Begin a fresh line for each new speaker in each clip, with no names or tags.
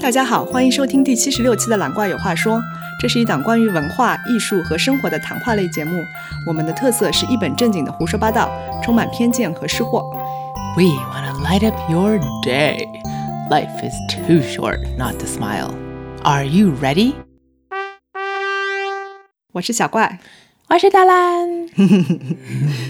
大家好，欢迎收听第七十六期的《懒怪有话说》，这是一档关于文化艺术和生活的谈话类节目。我们的特色是一本正经的胡说八道，充满偏见和失货。
We want to light up your day. Life is too short not to smile. Are you ready?
我是小怪，
我是大兰。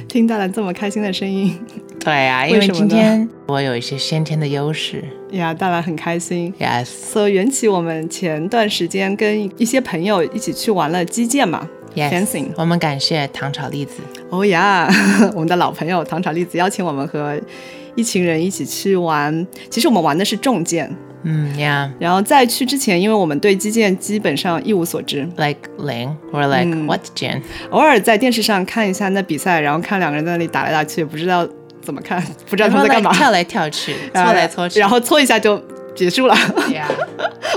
听大兰这么开心的声音，
对啊，因
为
为
什么呢
今天我有一些先天的优势。
呀，大兰很开心。
Yes,
所以缘起我们前段时间跟一些朋友一起去玩了击剑嘛
yes.
fencing。
我们感谢糖炒栗子。
哦呀， 我们的老朋友唐朝栗子邀请我们和一群人一起去玩。其实我们玩的是重剑，
嗯，Yeah,
然后在去之前，因为我们对击剑基本上一无所知，
like Ling. We're like
Mm。
what, Jen?
偶尔在电视上看一下那比赛，然后看两个人在那里打来打去，也不知道怎么看，不知道他们在干嘛，
跳来跳去，搓
然后
来搓去。
然后搓一下就结束了，
Yeah,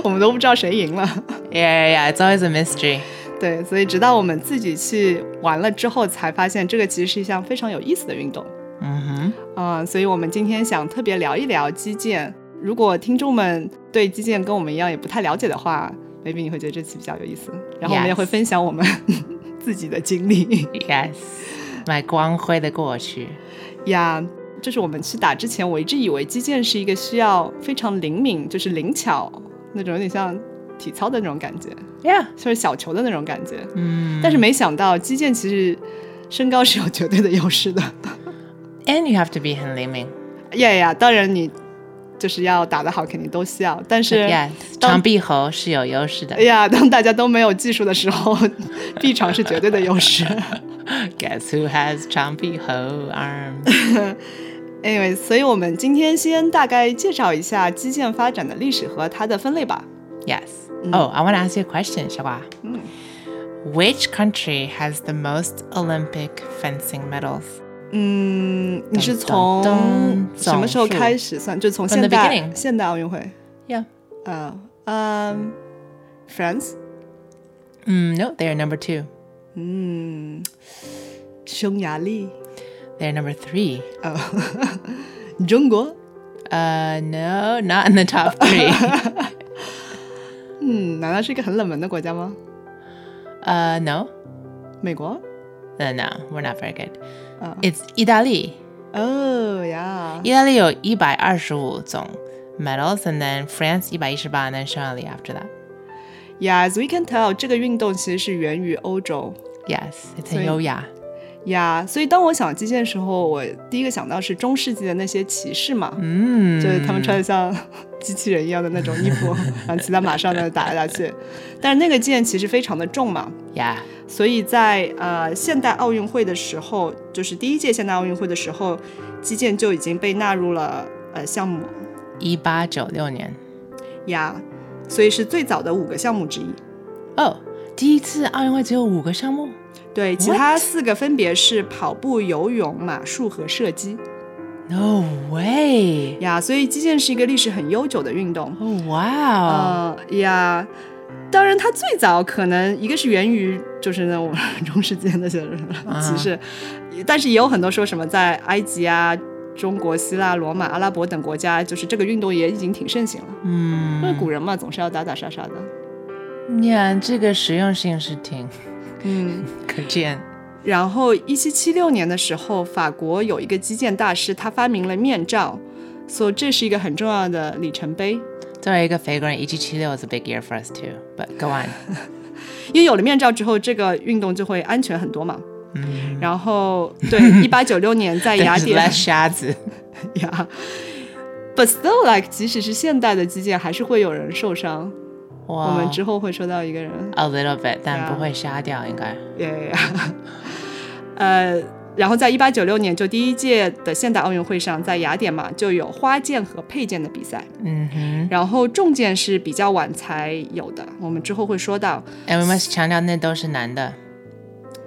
我们都不知道谁赢了。
yeah, yeah. yeah, It's always a mystery.
对，所以直到我们自己去玩了之后，才发现这个其实是一项非常有意思的运动。
嗯哼，
嗯，所以我们今天想特别聊一聊击剑。如果听众们对击剑跟我们一样也不太了解的话，maybe 你会觉得这期比较有意思。然后我们也
Yes
会分享我们 自己的经 历
Yes. 买光辉的过去。
呀。就是我们去打之前，我一直以为击剑是一个需要非常灵敏，就是灵巧那种，有点像体操的那种感觉，
Yeah.
就是小球的那种感觉。
嗯。
但是没想到击剑其实身高是有绝对的优势的。
And you have to be 很灵敏。
呀呀，当然你就是要打得好，肯定都需要，但是。
Yes，
当
长臂猴是有优势的
哎。呀，当大家都没有技术的时候，臂长是绝对的优势。
Guess who has 长臂猴 arms？
anyway，所以我们今天先大概介绍一下基建发展的历史和它的分类吧。
Yes. Oh, I want to ask you a question, Shawa.
Mm.
Which country has the most Olympic fencing medals?
嗯，你是
噔噔
从
噔
什么时候
总数
开始算？就从
From
现
the
代
beginning
现代奥运会
Yeah.
啊，嗯，France，
Mm, no, they are number two.
嗯，匈牙利，
They are number three.
呃，中国，
Uh, no, not in the top three.
嗯，难道是一个很冷门的国家吗？
uh, no,
美国，
no, no, we're not very good.
Oh.
It's Italy.
哦呀，
Italy 有一百二十五种 medals, and then France 118, and then Shanghai after that.
Yeah, as we can tell，这个运动其实是源于欧洲
Yes, it's
所以-
很优雅。
呀。所以当我想击剑的时候，我第一个想到是中世纪的那些骑士嘛，
嗯，
就是他们穿的像 机器人一样的那种衣服，然后骑在马上的打来打去。但是那个剑其实非常的重嘛，
Yeah.
所以在呃现代奥运会的时候，就是第一届现代奥运会的时候，击剑就已经被纳入了呃项目
一八九六年。
呀，所以是最早的五个项目之一。
哦，第一次奥运会只有五个项目。
对，其
What？
他四个分别是跑步、游泳、马术和射击。
No way！
呀，所以击剑是一个历史很悠久的运动。
哦，哇哦，
呃呀，当然它最早可能一个是源于就是那种 中世纪那些人骑士，但是也有很多说什么在埃及啊、中国、希腊、罗马、阿拉伯等国家，就是这个运动也已经挺盛行了。因为
嗯，
古人嘛，总是要打打杀杀的。
你看这个实用性是挺
嗯，
可见。
然后，一七七六年的时候，法国有一个击剑大师，他发明了面罩，所、以这是一个很重要的里程碑。
作为一个肥国人，一七七六 is a big year for us too. But go on.
因为有了面罩之后，这个运动就会安全很多嘛。
嗯，
然后，对， 一八九六年在雅
There's
典
less 瞎子。
呀。But still, like，即使是现代的击剑，还是会有人受伤。
哇，
我们之后会说到一个人，
a little bit，
Yeah
但不会瞎掉，应该。
耶、 呃，然后在一八九六年，就第一届的现代奥运会上，在雅典嘛，就有花剑和佩剑的比赛。
嗯哼
然后重剑是比较晚才有的，我们之后会说到。
，and we must 强调那都是男的。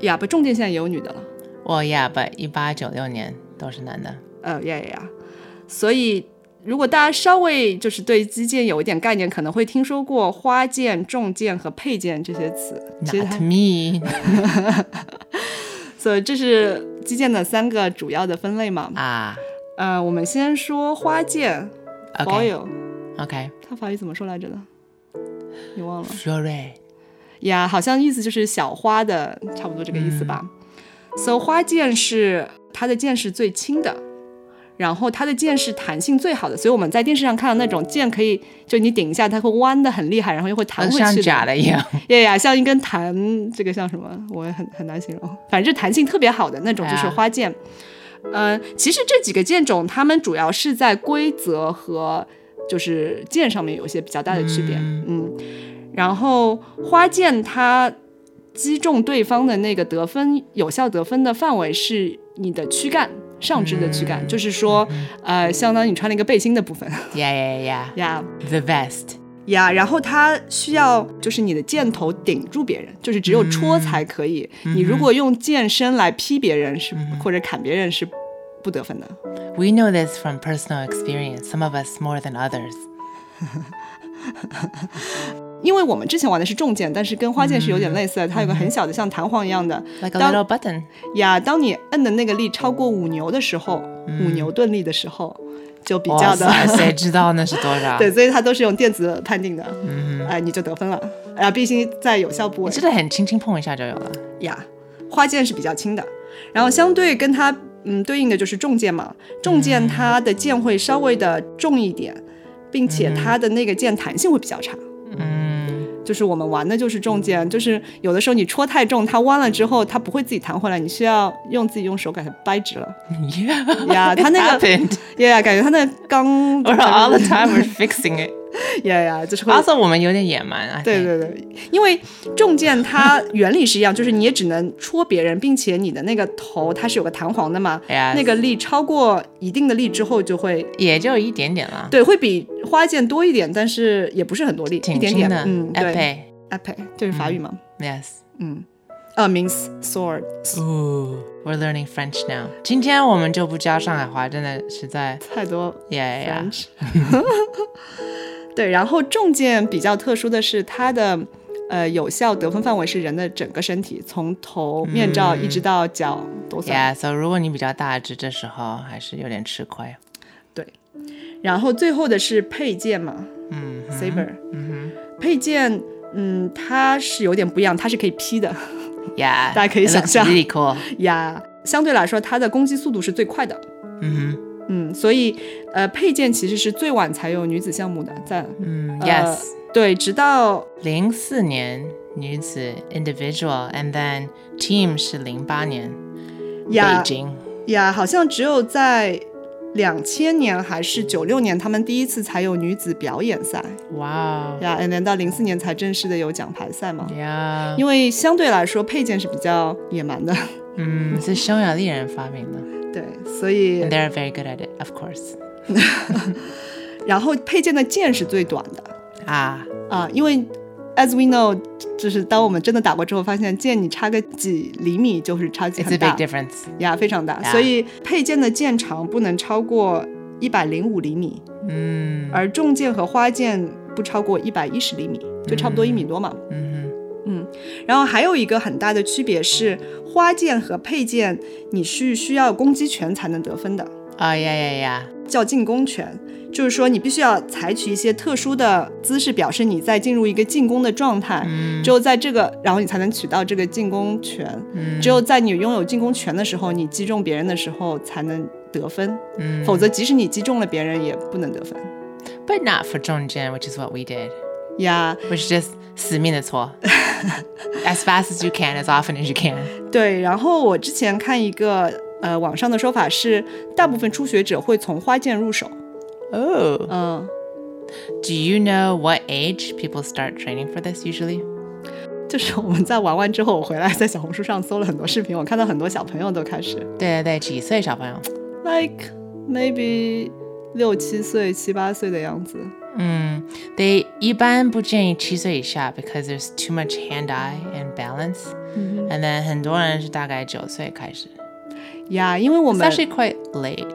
呀，不，重剑现在也有女的了。
哦、yeah，but 一八九六年都是男的。
呃，呀呀呀！所以如果大家稍微就是对击剑有一点概念，可能会听说过花剑、重剑和佩剑这些词。其实
Not
它，
me
所以这是击剑的三个主要的分类嘛。
啊
呃，我们先说花剑
OK
foil
OK，
他法语怎么说来着呢？你忘了？
Fleuret.
呀好像意思就是小花的，差不多这个意思吧。so 花剑是它的剑是最轻的，然后它的剑是弹性最好的，所以我们在电视上看到那种剑可以，就你顶一下它会弯的很厉害，然后又会弹回
像
去
假的一 样。
呀呀，像一根弹，这个像什么？我也很很难形容。反正弹性特别好的那种就是
哎呀
花剑。嗯、其实这几个剑种，它们主要是在规则和就是剑上面有一些比较大的区别。
嗯
嗯然后花剑它击中对方的那个得分有效得分的范围是你的躯干。上肢的躯干，就是说，呃，相当于你穿了一个背心的部分
Yeah, yeah,
呀。
yeah. The vest.
呀然后它需要就是你的箭头顶住别人，就是只有戳才可以。你如果用剑身来劈别人是、或者砍别人是不得分的。
We know this from personal experience. Some of us more than others.
因为我们之前玩的是重剑，但是跟花剑是有点类似的，它有个很小的像弹簧一样的
Like a
当
little button.
呀。当你摁的那个力超过五牛的时候，五牛顿力的时候，就比较的
哇塞，谁知道那是多少？
对，所以它都是用电子判定的。嗯，哎、你就得分了。啊、必须在有效部位。
真的很轻轻碰一下就有了。
呀，花剑是比较轻的，然后相对跟它嗯对应的就是重剑嘛，重剑它的剑会稍微的重一点，并且它的那个剑弹性会比较差。
嗯，
就是我们玩的就是重剑，就是有的时候你戳太重，它弯了之后它不会自己弹回来，你需要用自己用手给它掰直了。
Yeah.
Yeah,
it
他那个-
happened.
呀呀，感觉它那钢
We're all the time we're fixing it.
呀呀，就是 会
Also, 我们有点野蛮。I
对
think.
对对，嗯因为重剑它原理是一样，就是你也只能戳别人，并且你的那个头它是有个弹簧的嘛
Yes
那个力超过一定的力之后就会，
也就一点点啦，
对，会比花剑多一点，但是也不是很多力，一点点，嗯，对 a p e 这是法语吗？
Yes.
嗯，呃，means sword，
Ooh, we're learning French now. 今天我们就不教上海话，真的实在。
太多
Yeah, yeah.
French。对，然后重剑比较特殊的是它的。呃，有效得分范围是人的整个身体，从头面罩一直到脚都算。
Yeah, so 如果你比较大只，这时候还是有点吃亏。
对，然后最后的是配件嘛，嗯，saber，嗯配件，嗯，它是有点不一样，它是可以劈的
Yeah,
大家可以
it looks
想象。
really cool.
呀。相对来说，它的攻击速度是最快的，
嗯哼，嗯
嗯，所以呃，配件其实是最晚才有女子项目的，在呃
Yes.
对，直到
零四年女子 individual and then team 是零八年
呀
Beijing.
呀，好像只有在两千年还是九六年，他们第一次才有女子表演赛
Wow.
呀，and then 到零四年才正式的有奖牌赛
嗯
嘛，
Yeah.
因为相对来说配件是比较野蛮的，
嗯，是匈牙利人发明的。
对，所以
And they're very good at it, of course.
然后配件的剑是最短的
啊，
啊，因为 as we know，就是当我们真的打过之后，发现剑你差个几厘米就是差距
it's a
很
big
大
difference.
呀，非常大。
Yeah
所以配件的剑长不能超过一百零五厘米，
嗯
而重剑和花剑不超过一百一十厘米，就差不多一米多嘛。
嗯
然后还有一个很大的区别是，花剑和配剑你是需要攻击权才能得分的。
哼，啊呀呀呀，
叫进攻权，就是说你必须要采取一些特殊的姿势，表示你在进入一个进攻的状态。只有在这个，然后你才能取到这个进攻权。只有在你拥有进攻权的时候，你击中别人的时候才能得分，
嗯
否则即使你击中了别人，也不能得分。
，But not for 中间 which is what we did,
呀、
which is just 死命的搓 as fast as you can, as often as you can.
对。然后我之前看一个呃网上的说法是，大部分初学者会从花剑入手。
Oh.
嗯，
Do you know what age people start training for this usually?
就是我们在玩完之后，我回来在小红书上搜了很多视频，我看到很多小朋友都开始。
对对对，几岁小朋友？
like maybe 六七岁、七八岁的样子。
They 一般不建议七岁以下 because there's too much hand eye and balance. And then 很多人是大概九岁开始。
呀、因为我
It's
们
actually quite late.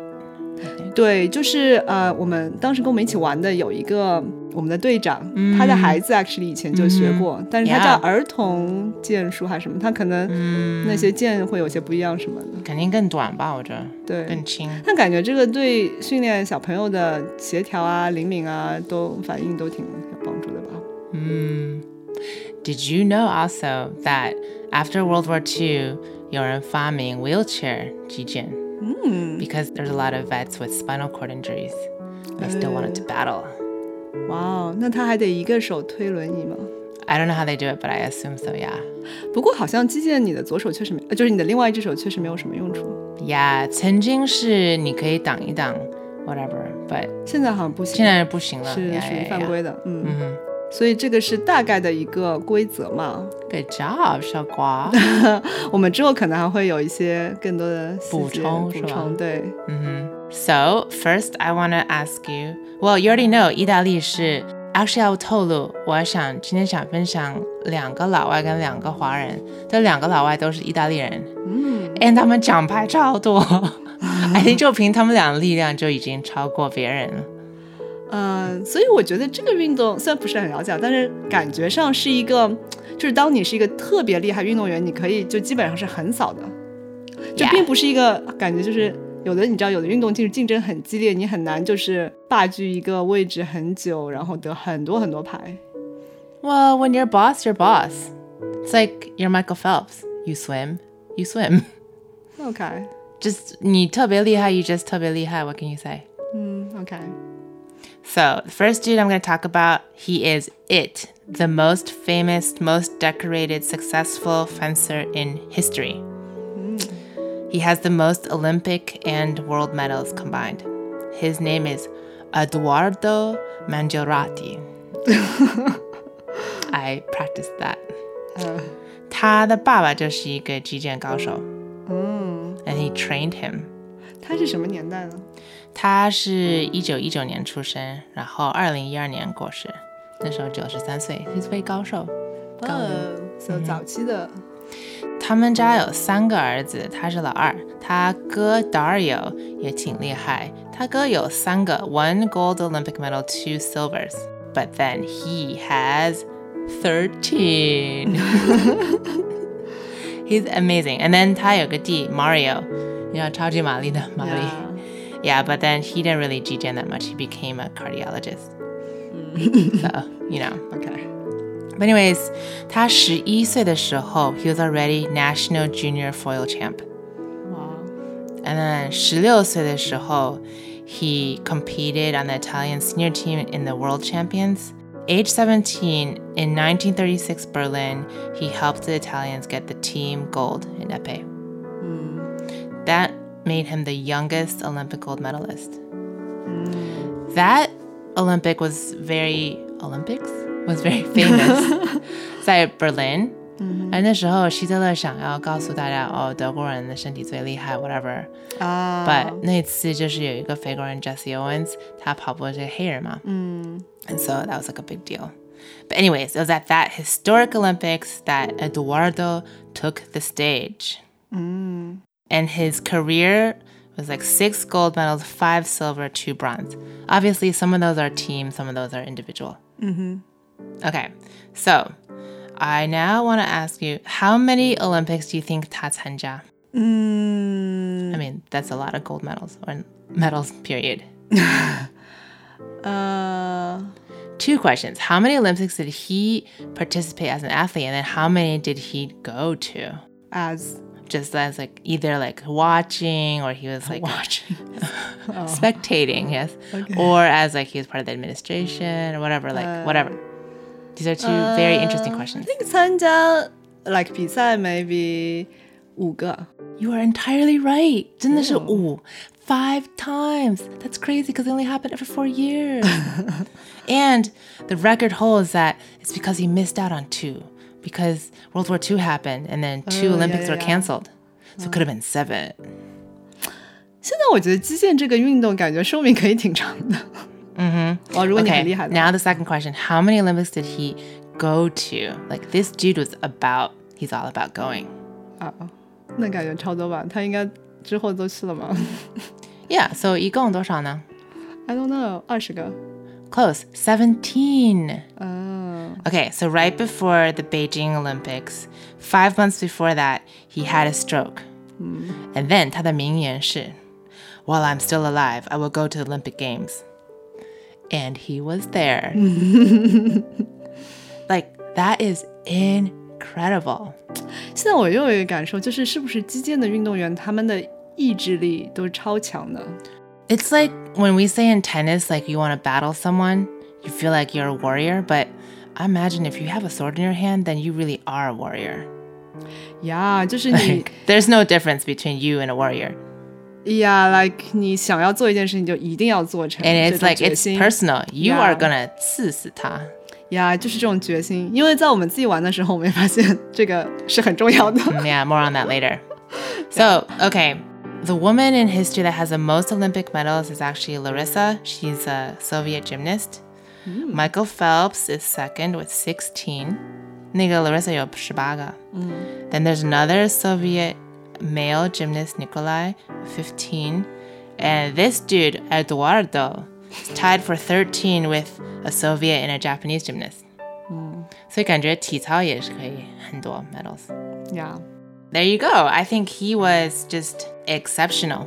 I think.
对，就是呃，我们当时跟我们一起玩的有一个我们的队长，他的孩子 actually 以前就学过，但是他叫
Yeah
儿童剑术还是什么，他可能那些剑会有些不一样什么的。
肯定更短吧？我觉得
对
更，轻。
但感觉这个对训练小朋友的协调啊、灵敏啊，都反应都挺有帮助的吧。
Did you know also that after World War II, 有人发明 wheelchair 击剑 because there's a lot of vets with spinal cord injuries. They still wanted to battle.
哇哦，那他还得一个手推轮椅吗？
I don't know how they do it, but I assume so. Yeah,
不过好像击剑你的左手确实没，呃就是你的另外一只手确实没有什么用处。
yeah. 曾经是你可以挡一挡 whatever, but
现在好像不行，
现在不行了。
是
yeah, Mm-hmm.
属于
yeah,
犯
yeah.
规的。嗯所以这个是大概的一个规则嘛。
Good job, 小瓜。
我们之后可能还会有一些更多的细节
补充是
补
吧
充对，
Mhm. So first, I want to ask you. Well, you already know 意大利是 actually 要透露。我想今天想分享两个老外跟两个华人，这两个老外都是意大利人。嗯，and 他们奖牌超多。I think 就凭他们俩的力量就已经超过别人了。
嗯、所以我觉得这个运动虽然不是很了解，啊但是感觉上是一个，就是当你是一个特别厉害运动员，你可以就基本上是横扫的，就
Yeah
并不是一个感觉就是。有的你知道，有的运动竞竞争很激烈，你很难就是霸据一个位置很久，然后得很多很多牌。
Well, when you're boss, you're boss. It's like you're Michael Phelps. You swim, you swim.
OK，
Just 你特别厉害，you just 特别厉害。What can you say?
嗯，OK，
So, the first dude I'm going to talk about, he is it, the most famous, most decorated, successful fencer in history. He has the most Olympic and world medals combined. His name is Eduardo Mangiarati. I practiced that. 他的爸爸就是一个击剑高手。And he trained him.
他是什么年代呢？
他是一九一九年出生，然后二零一二年过世，那时候九十三岁，是一位高寿。
呃，so 早期的，
他们家有三个儿子，他是老二，他哥 Dario 也挺厉害，他哥有三个，one gold Olympic medal, two silvers, but then he has thirteen. He's amazing. And then 他有个弟 Mario，你知道超级玛丽的玛丽。
呀
Yeah, but then he didn't really GGN that much. He became a cardiologist. so, you know.
OK，
But anyways, 他十一岁的时候, he was already national junior foil champ.
哇，
And then 16岁的时候, he competed on the Italian senior team in the World Champions. Age 17, in 1936 Berlin, he helped the Italians get the team gold in épée. That made him the youngest Olympic gold medalist. That Olympic was very Olympics was very famous 在 Berlin。哎，那时候希特勒想要告诉大家，哦，德国人的身体最厉害，whatever。
啊
But 那次就是有一个肥国人 Jesse Owens，他跑步是黑人嘛，嗯，and so that was like a big deal. But anyways, it was at that historic Olympics that Eduardo took the stage. Mm. And his career was like six gold medals, five silver, two bronze. Obviously, some of those are team, some of those are individual. Mm-hmm. Okay, so I now want to ask you, how many Olympics do you think 他参加?
嗯
I mean, that's a lot of gold medals or medals, period.
呃，
Two questions. How many Olympics did he participate as an athlete? And then how many did he go to?
as
Just as like either like watching or he was like
watching.
spectating, yes. Or as like he was part of the administration or whatever, like whatever. These are two very interesting
I
questions.
think 参加 like 比赛 maybe 五个。
You are entirely right. 真的是, ooh, five times. That's crazy because it only happened every four years. and the record hole is that it's because he missed out on two because World War II happened and then two
Oh, yeah,
Olympics
yeah,
were
yeah.
canceled. So it could have been seven.
现在我觉得击剑这个运动感觉寿命可以挺长的。嗯哼，哦，如果你
Okay,
很厉害的话
now the second question. How many Olympics did he go to? Like this dude was about, he's all
啊
about going.
啊，那感觉超多吧？他应该之后都去了吗？
Yeah, so 一共多少呢
I don't know，二十个。
？Close, 17.
嗯
Okay, so right before the Beijing Olympics, five months before that, he had a stroke. And then 他的名言是 While I'm still alive, I will go to the Olympic Games. And he was there. like, that is incredible.
现在我又有一个感受，就是是不是击剑的运动员他们的意志力都是超强的？
It's like when we say in tennis, like you want to battle someone, you feel like you're a warrior, but I imagine if you have a sword in your hand, then you really are a warrior.
呀、就是 你
There's no difference between you and a warrior.
呀、yeah,，like 你想要做一件事情，就一定要做成
And
这
it's
种
like
决
it's
心。
personal. You
Yeah.
are gonna 刺死他.
呀就是这种决心。因为在我们自己玩的时候，我们也发现 这个是很重要的。
Yeah, more on that later. So, okay. The woman in history that has the most Olympic medals is actually Larissa. She's a Soviet gymnast. Michael Phelps is second with 16. 那个 Larissa 有十八个. Then there's another Soviet male gymnast, Nikolai, 15. And this dude, Eduardo, is tied for 13 with a Soviet and a Japanese gymnast. 所以感觉体操也是可以很多 medals.
呀
There you go. I think he was just exceptional.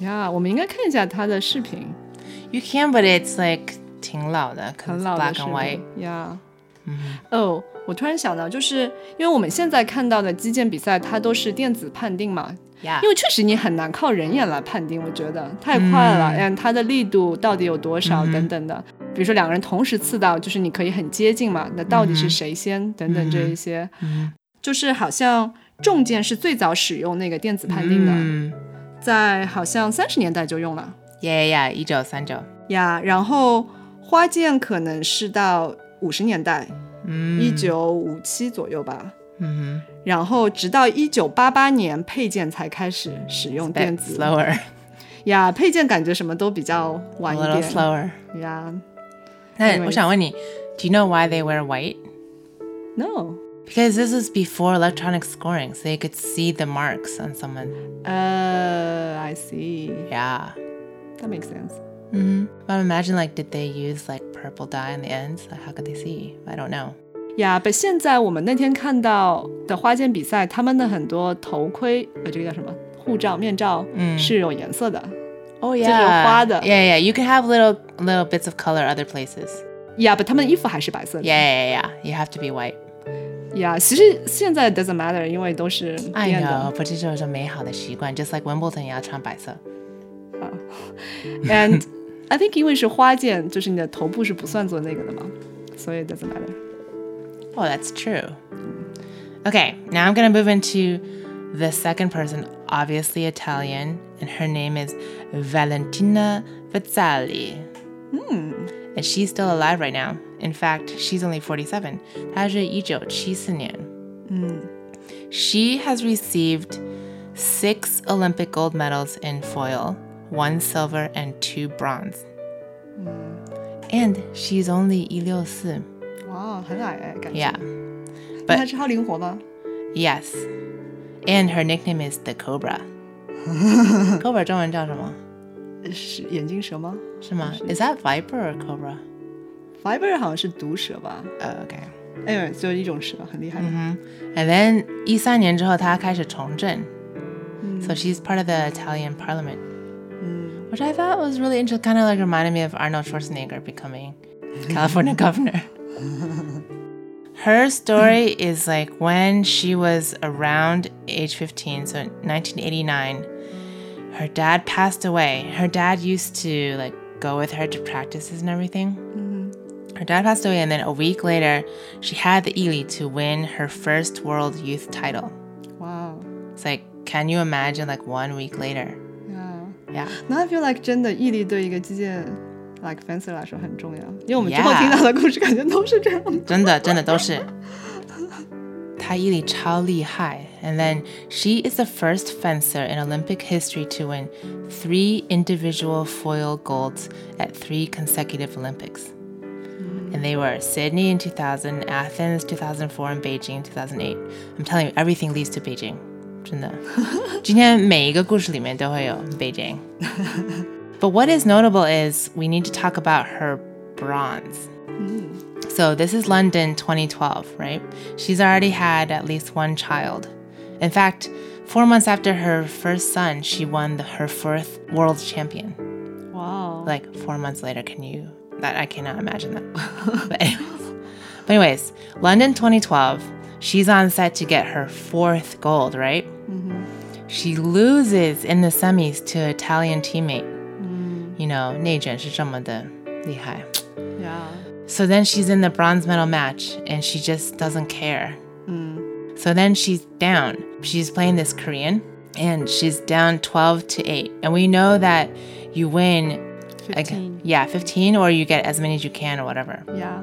呀，我们应该看一下他的视频，
You can, but it's like 挺老的, 'cause
很
it's
老的
black
视
and
频
white.
呀。哦，我突然想到，就是因为我们现在看到的击剑比赛，它都是电子判定嘛，
Yeah.
因为确实你很难靠人眼来判定，我觉得太快了，嗯，它的力度到底有多少、等等的。比如说两个人同时刺到，就是你可以很接近嘛，那到底是谁先、等等这一些，就是好像重剑是最早使用那个电子判定的，
Mm.
在好像三十年代就用了
Yeah, yeah, yeah. 1939.
呀。然后花剑可能是到五十年代，
Mm.
一九五七左右吧。
Mhm.
然后直到一九八八年，配件才开始使用
Bit
电子
slower.
呀，配件感觉什么都比较
A
晚一
little
点
slower.
呀。
那
Anyways.
我想问你, do you know why they wear white?
No，
Because this was before electronic scoring, so you could see the marks on someone.
呃、i see，that
Yeah.
makes sense。
hmm But imagine, like, did they use like purple dye on the ends? Like, how could they see? I don't know.
呀，但现在我们那天看到的花剑比赛，他们的很多头盔，呃，这个叫什么护罩、面罩，
嗯
是有颜色的。
Oh
yeah.
Yeah, yeah. You can have little little bits of color other places.
呀，但他们的衣服还是白色的。
Yeah, yeah, yeah. You have to be white.
呀，其实现在 doesn't matter，因为都是
I
变的。
know, but it's just a 美好的习惯, just like Wimbledon 要穿白色.
And I think 因为是花剑，就是你的头部是不算做那个的嘛，所以 doesn't matter。
Oh, that's true. Okay, now I'm gonna move into the second person, obviously Italian, and her name is Valentina Vizzali. Hmm. And she's still alive right now. In fact, she's only 47. 她是1974年. She has received six Olympic gold medals in foil, one silver and two bronze. And she's only 164.
哇，很矮哎，感觉。
Yeah.
那他是超灵活吗？
Yes. And her nickname is the Cobra. Cobra 中文叫什么？是吗？
是眼镜蛇吗
Is that viper or cobra?
？Fiber 好像是毒蛇吧？
Oh, okay.
哎，就是一种蛇，很厉害的。
And then 13年之后她开始从政。So she's part of the Italian parliament. Which I thought was really interesting, kind of like reminded me of Arnold Schwarzenegger becoming California governor. Her story is like when she was around age 15, so 1989, her dad passed away. Her dad used to like go with her to practices and everything. Her dad passed away, and then a week later, she had the Ely to win her first World Youth title.
哇哦
It's like, can you imagine? Like one week later.
呀
Yeah.
，Now I feel like 真的毅力对一个击剑 like fencer 来说很重要，因为我们之后
Yeah
听到的故事感觉都是这样的。
真的，真的都是。她毅力超厉害。And then she is the first fencer in Olympic history to win three individual foil golds at three consecutive Olympics. And they were Sydney in 2000, Athens 2004, and Beijing 2008. I'm telling you, everything leads to Beijing. 真的。今天每一个故事里面都会有 Beijing。But what is notable is we need to talk about her bronze. So this is London 2012, right? She's already had at least one child. In fact, four months after her first son, she won the, her fourth world champion.
Wow.
Like four months later, can you? That I cannot imagine that. but, anyways, but anyways, London 2012. She's on set to get her fourth gold, right? She loses in the semis to Italian teammate. You know, 内卷是这么的厉害。
yeah.
So then she's in the bronze medal match and she just doesn't care. So then she's down. She's playing this Korean and she's down 12 to 8. And we know that you win like,
15.
yeah, 15 or you get as many as you can or whatever.
Yeah.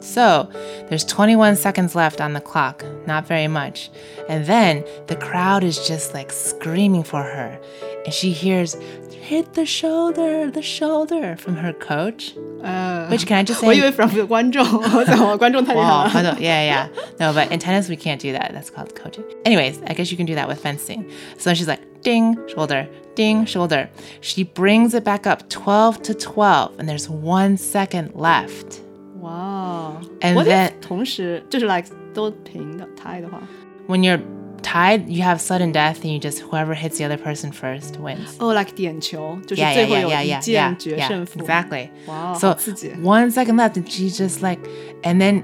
So there's 21 seconds left on the clock, not very much. And then the crowd is just like screaming for her. And she hears, hit the shoulder, the shoulder from her coach.
Uh,
Which can I just say?
我以为 from 观众， 我想我观众太厉害
哇，
了。
好的，yeah Oh, yeah。No, but in tennis we can't do that. That's called coaching. Anyways, I guess you can do that with fencing. So she's like ding shoulder, ding shoulder. She brings it back up 12 to 12, and there's one second left.
哇哦
And
What if
then-
同时就是 like 都平的 tie 的话，
When you're tied, you have sudden death, and you just whoever hits the other person first wins.
哦、l i k e 点球，就是
Yeah
最
yeah
后
yeah
有
yeah
一
yeah
剑
yeah
决
yeah.
胜负。
Exactly.
哇、
So
好刺激！
one second left, and she's just like, and then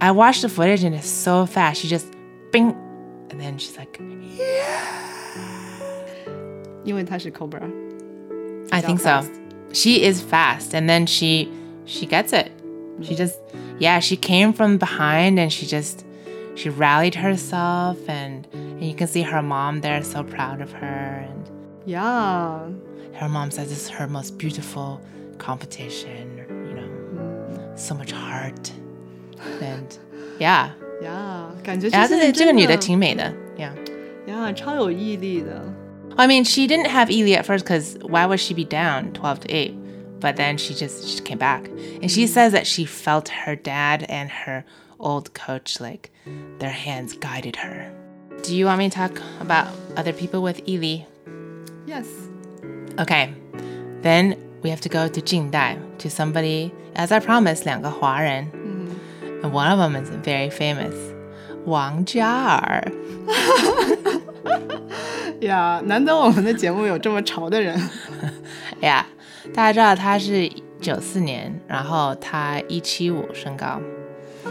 I watched the footage, and it's so fast. She just bing, and then she's like.
因为他是 Cobra，
I think so. She is fast, and then she she gets it. She just yeah, she came from behind, and she just she rallied herself, and, and you can see her mom there, so proud of her, and
yeah，
her mom says this is her most beautiful competition. You know, so much heart, and yeah,
呀、yeah,，感觉
yeah,
这些人真
这个女的挺美的, uh, yeah.
呀超有毅力的。
I mean, she didn't have Ely at first because why would she be down 12 to 8? But then she just she came back. And she says that she felt her dad and her old coach, like their hands guided her. Do you want me to talk about other people with Ely?
Yes，
Okay. Then we have to go to Jingdai, to somebody, as I promised, 两个华人. And one of them is very famous, Wang Jiar.
哎呀、难得我们的节目有这么潮的 人。
呀大家知道他是九四年，然后他一七五身高。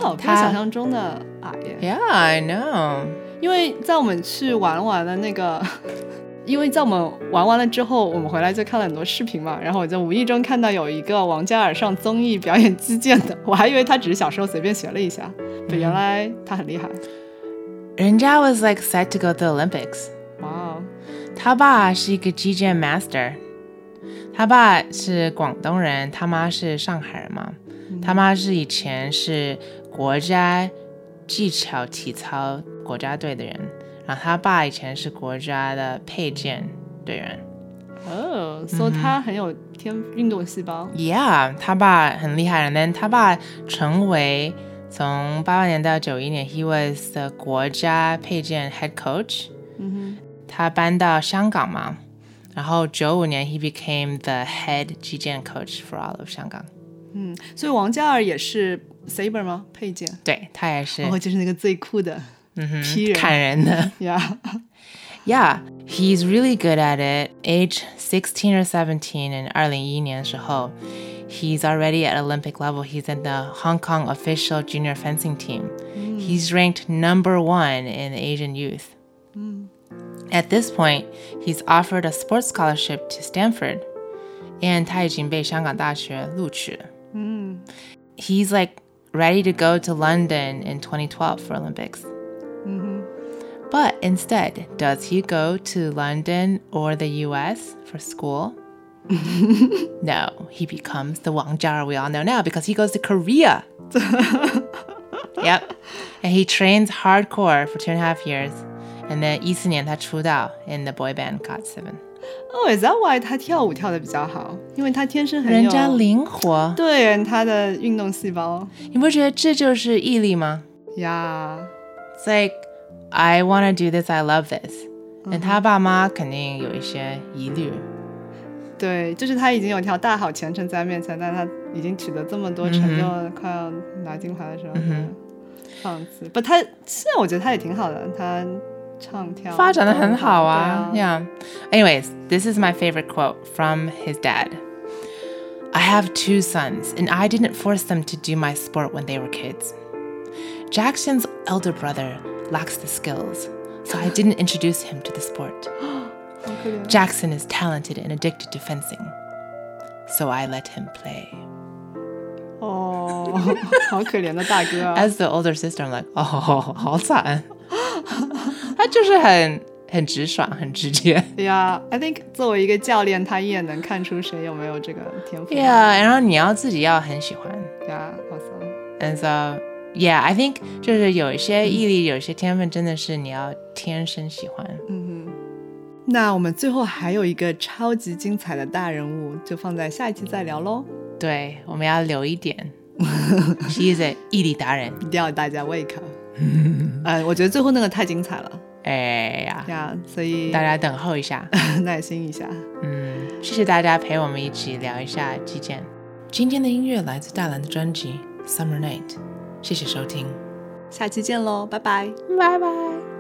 哦，比
他
我想象中的矮耶。
Yeah, I know.
因为在我们去玩完了那个， 因为在我们玩完了之后，我们回来就看了很多视频嘛，然后我就无意中看到有一个王嘉尔上综艺表演击剑的，我还以为他只是小时候随便学了一下，但原来他很厉害。
人家 was like set to go to the Olympics.
哇哦，
他爸是一个击剑 master，他爸是广东人，他妈是上海人嘛。他妈是以前是国家技巧体操国家队的人，然后他爸以前是国家的佩剑队员。
哦，所以他很有天运动细胞。
Yeah，他爸很厉害。And then 他爸成为从八八年到九一年，he was the 国家配件 head coach。
嗯
他搬到香港嘛，然后九五年 he became the head 击剑 coach for all of 香港。
哼，嗯，所以王嘉尔也是 saber 吗？配件？
对他也是，
哦，就是那个最酷的
嗯
劈
哼，
人
砍人的。
呀。
Yeah, he's really good at it. Age 16 or 17 in 2001年时候, he's already at Olympic level. He's in the Hong Kong official junior fencing team. He's ranked number one in Asian youth. At this point, he's offered a sports scholarship to Stanford, and 他已经被香港大学录取。He's like ready to go to London in 2012 for Olympics. But instead, does he go to London or the US for school? no, he becomes the Wang Jar we all know now because he goes to Korea. yep. And he trains hardcore for two and a half years. And then 一四年他出道 in the boy band GOT7.
哦，Is that why 他跳舞跳的比较好？因为他天生很有
人家灵活，
对他的运动细胞
你不觉得这就是毅力吗？
呀
It's like, I want to do this, I love this. 但他爸妈肯定有一些疑虑。
对，就是他已经有条大好前程在面前，但他已经取得这么多成就，快要拿金牌的时候，
嗯
放肆。不，他现在我觉得他也挺好的，他唱跳
发展的很好啊。
对
Yeah. Anyways, this is my favorite quote from his dad. I have two sons, and I didn't force them to do my sport when they were kids. Jackson's elder brother lacks the skills, so I didn't introduce him to the sport.
好啊可怜
Jackson is talented and addicted to fencing, so I let him play.
哦， 好可怜的大哥啊、
As the older sister, I'm like, oh, 好惨。他就是很-很直爽，很直接。
呀、i think 作为一个教练，他一眼能看出谁有没有这个天赋。
Yeah，然后你要自己要很喜欢。
呀，好骚。
And so yeah, I think 就是有一些毅力，有一些天分，真的是你要天生喜欢。
那我们最后还有一个超级精彩的大人物，就放在下一期再聊喽，
对，我们要留一点。She is a 毅力达人。
一定要大家胃口。嗯，我觉得最后那个太精彩了
哎呀，
呀所以
大家等候一下。
耐心一下。
嗯，谢谢大家陪我们一起聊一下击剑。今天的音乐来自大蓝的专辑《Summer Night》，谢谢收听，
下期见喽，拜拜。
拜拜。